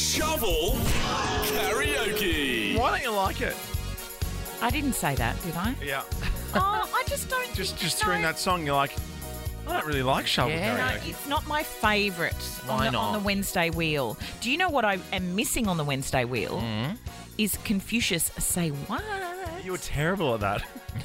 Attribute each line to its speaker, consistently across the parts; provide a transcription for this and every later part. Speaker 1: Shovel Karaoke.
Speaker 2: Why don't you like it?
Speaker 3: I didn't say that, did I?
Speaker 2: Yeah.
Speaker 3: oh, I just don't.
Speaker 2: Just
Speaker 3: think-
Speaker 2: just during
Speaker 3: no.
Speaker 2: that song, you're like, I don't really like shovel
Speaker 3: Yeah,
Speaker 2: karaoke.
Speaker 3: no, it's not my favourite
Speaker 2: Why
Speaker 3: on, the- on
Speaker 2: not?
Speaker 3: the Wednesday wheel. Do you know what I am missing on the Wednesday wheel? Is Confucius say what?
Speaker 2: Mm. You were terrible at that.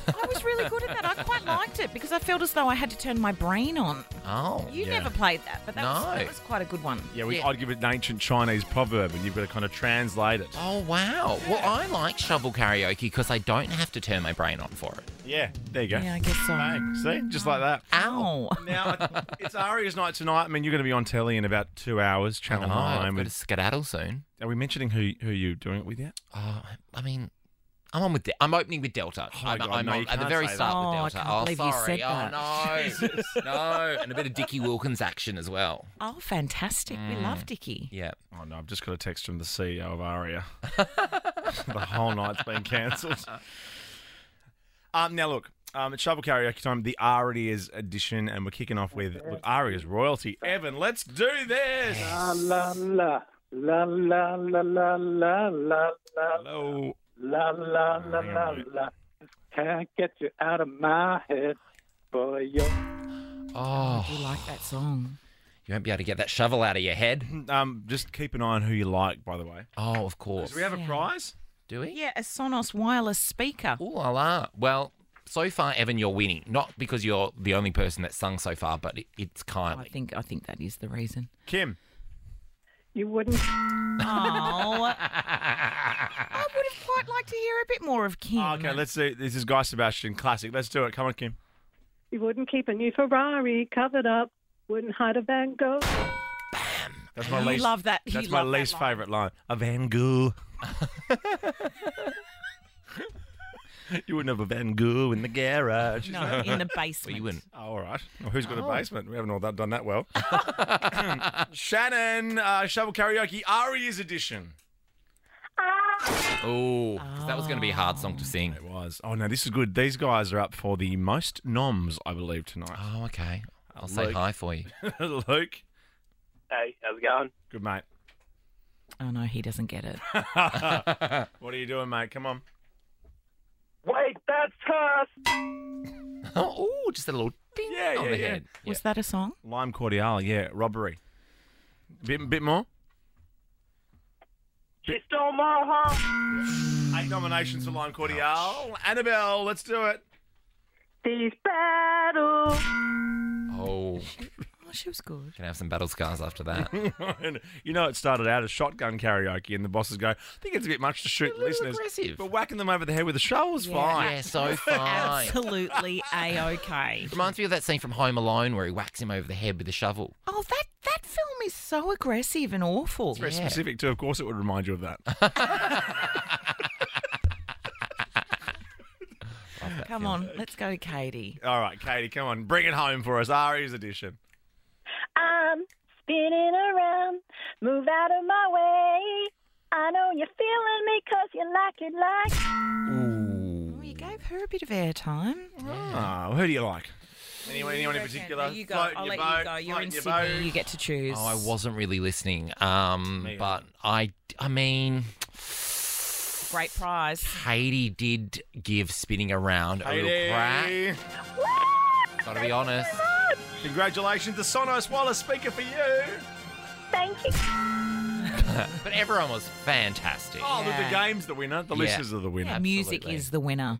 Speaker 3: I was really good at that. I quite liked it because I felt as though I had to turn my brain on.
Speaker 4: Oh.
Speaker 3: You
Speaker 2: Yeah.
Speaker 3: never played that, but that,
Speaker 4: No.
Speaker 3: was, that was quite a good one.
Speaker 2: Yeah, we,
Speaker 4: Yeah.
Speaker 2: I'd give it an ancient Chinese proverb, and you've got to kind of translate it.
Speaker 4: Oh, wow. Well, I like shovel karaoke because I don't have to turn my brain on for it.
Speaker 2: Yeah, there you go.
Speaker 3: Yeah, I guess so.
Speaker 2: Hey, see, just like that.
Speaker 3: Ow.
Speaker 2: Now it's Aria's night tonight. I mean, you're going to be on telly in about two hours, Channel
Speaker 4: I know, I've
Speaker 2: Nine.
Speaker 4: got
Speaker 2: with-
Speaker 4: to skedaddle soon.
Speaker 2: are we mentioning who who you doing it with yet?
Speaker 4: Uh, I mean, I'm on with. De- I'm opening with Delta.
Speaker 2: my
Speaker 4: I'm,
Speaker 2: Oh, God,
Speaker 4: I'm
Speaker 2: no,
Speaker 4: on-
Speaker 2: you
Speaker 4: at the
Speaker 2: can't
Speaker 4: very
Speaker 2: say
Speaker 4: start
Speaker 3: that. Oh,
Speaker 4: with
Speaker 3: I
Speaker 4: Delta.
Speaker 3: can't
Speaker 4: oh,
Speaker 3: believe you
Speaker 4: sorry.
Speaker 3: said
Speaker 4: oh no, no, and a bit of Dickie Wilkins action as well.
Speaker 3: Oh, fantastic.
Speaker 2: Mm.
Speaker 3: We love Dicky.
Speaker 4: Yeah.
Speaker 2: Oh no, I've just got a text from the CEO of Aria. the whole night's been cancelled. Um, now look, um, it's Shovel Karaoke time, the Aria's edition, and we're kicking off with look, Aria's royalty. Evan, let's do this.
Speaker 5: La la la la la la la la la la
Speaker 2: Hello.
Speaker 5: la la la la
Speaker 2: Hang on a minute.
Speaker 5: la. Can't get you out of my head, boy. You're
Speaker 4: Oh,
Speaker 3: You like that song?
Speaker 4: you won't be able to get that shovel out of your head.
Speaker 2: Um, just keep an eye on who you like, by the way.
Speaker 4: Oh, of course.
Speaker 2: Do we have a
Speaker 3: Yeah.
Speaker 2: prize?
Speaker 4: Do we?
Speaker 3: Yeah, a Sonos wireless speaker.
Speaker 4: Ooh la la. Well, so far, Evan, you're winning. Not because you're the only person that's sung so far, but it, it's
Speaker 3: I
Speaker 4: Kylie.
Speaker 3: think I think that is the reason.
Speaker 2: Kim.
Speaker 5: you wouldn't.
Speaker 3: Oh, I would have quite liked to hear a bit more of Kim.
Speaker 2: Oh, okay, let's do. This is Guy Sebastian, classic. Let's do it. Come on, Kim.
Speaker 6: You wouldn't keep a new Ferrari covered up. Wouldn't hide a Van Gogh.
Speaker 2: That's my
Speaker 3: You
Speaker 2: least.
Speaker 3: love that- you
Speaker 2: That's my
Speaker 3: love that
Speaker 2: least
Speaker 3: line.
Speaker 2: favorite line. A Van Gogh. you wouldn't have a Van Gogh in the garage.
Speaker 3: No, in the basement.
Speaker 4: you wouldn't.
Speaker 2: Oh, all right. Well, who's got a basement? We haven't all that, done that well. Shannon, uh, shovel karaoke, Aria's edition.
Speaker 4: Ooh, 'cause that was going to be a hard song to sing.
Speaker 2: It was. Oh no, this is good. These guys are up for the most noms, I believe, tonight.
Speaker 4: Oh, okay. I'll say
Speaker 2: Luke.
Speaker 4: hi for you.
Speaker 2: Luke,
Speaker 5: Hey, how's it going?
Speaker 2: good mate.
Speaker 3: Oh no, he doesn't get it.
Speaker 2: What are you doing, mate? Come on.
Speaker 5: Wait, that's us.
Speaker 4: Oh, ooh, just a little ding
Speaker 2: Yeah,
Speaker 4: on
Speaker 2: yeah,
Speaker 4: the
Speaker 2: yeah.
Speaker 4: head. Yeah.
Speaker 3: Was that a song?
Speaker 2: Lime Cordial, yeah, robbery. Bit, bit more.
Speaker 5: She stole my heart.
Speaker 2: Eight nominations for Lime Cordial. Annabelle, let's do it.
Speaker 6: These battles.
Speaker 4: Oh,
Speaker 3: Oh, she was good.
Speaker 4: can have some battle scars after that.
Speaker 2: you know, it started out as shotgun karaoke, and the bosses go, I think it's a bit much to shoot the
Speaker 4: little
Speaker 2: listeners.
Speaker 4: aggressive.
Speaker 2: But whacking them over the head with a shovel's fine.
Speaker 4: yeah, so fine.
Speaker 3: Absolutely a okay.
Speaker 4: Reminds me of that scene from Home Alone where he whacks him over the head with a shovel.
Speaker 3: Oh, that that film is so aggressive and awful.
Speaker 2: Very
Speaker 4: Yeah.
Speaker 2: specific, too. Of course, it would remind you of that.
Speaker 3: Come on, let's go, to Katie.
Speaker 2: All right, Katie, come on, bring it home for us. Ari's edition.
Speaker 6: I'm spinning around. Move out of my way. I know you're feeling me 'cause you like it like.
Speaker 3: Oh, you gave her a bit of airtime.
Speaker 2: Ah, who do you like? Anyone, anyone in particular?
Speaker 3: You go.
Speaker 2: Float in
Speaker 3: I'll
Speaker 2: your
Speaker 3: let
Speaker 2: boat,
Speaker 3: you go. You're
Speaker 2: float
Speaker 3: in
Speaker 2: your
Speaker 3: Sydney.
Speaker 2: boat.
Speaker 3: You get to choose.
Speaker 4: Oh, I wasn't really listening. Um, but I, I mean,
Speaker 3: Great prize.
Speaker 4: Katie did give spinning around a little crack.
Speaker 2: Katie,
Speaker 4: Gotta be honest.
Speaker 2: congratulations. The Sonos Wallace speaker for you.
Speaker 6: Thank you.
Speaker 4: But everyone was fantastic.
Speaker 2: Oh, look, the
Speaker 3: Yeah.
Speaker 2: game's Oh, the winner. The
Speaker 4: Yeah.
Speaker 2: listeners are the winner.
Speaker 3: Music
Speaker 4: Absolutely.
Speaker 3: is the winner.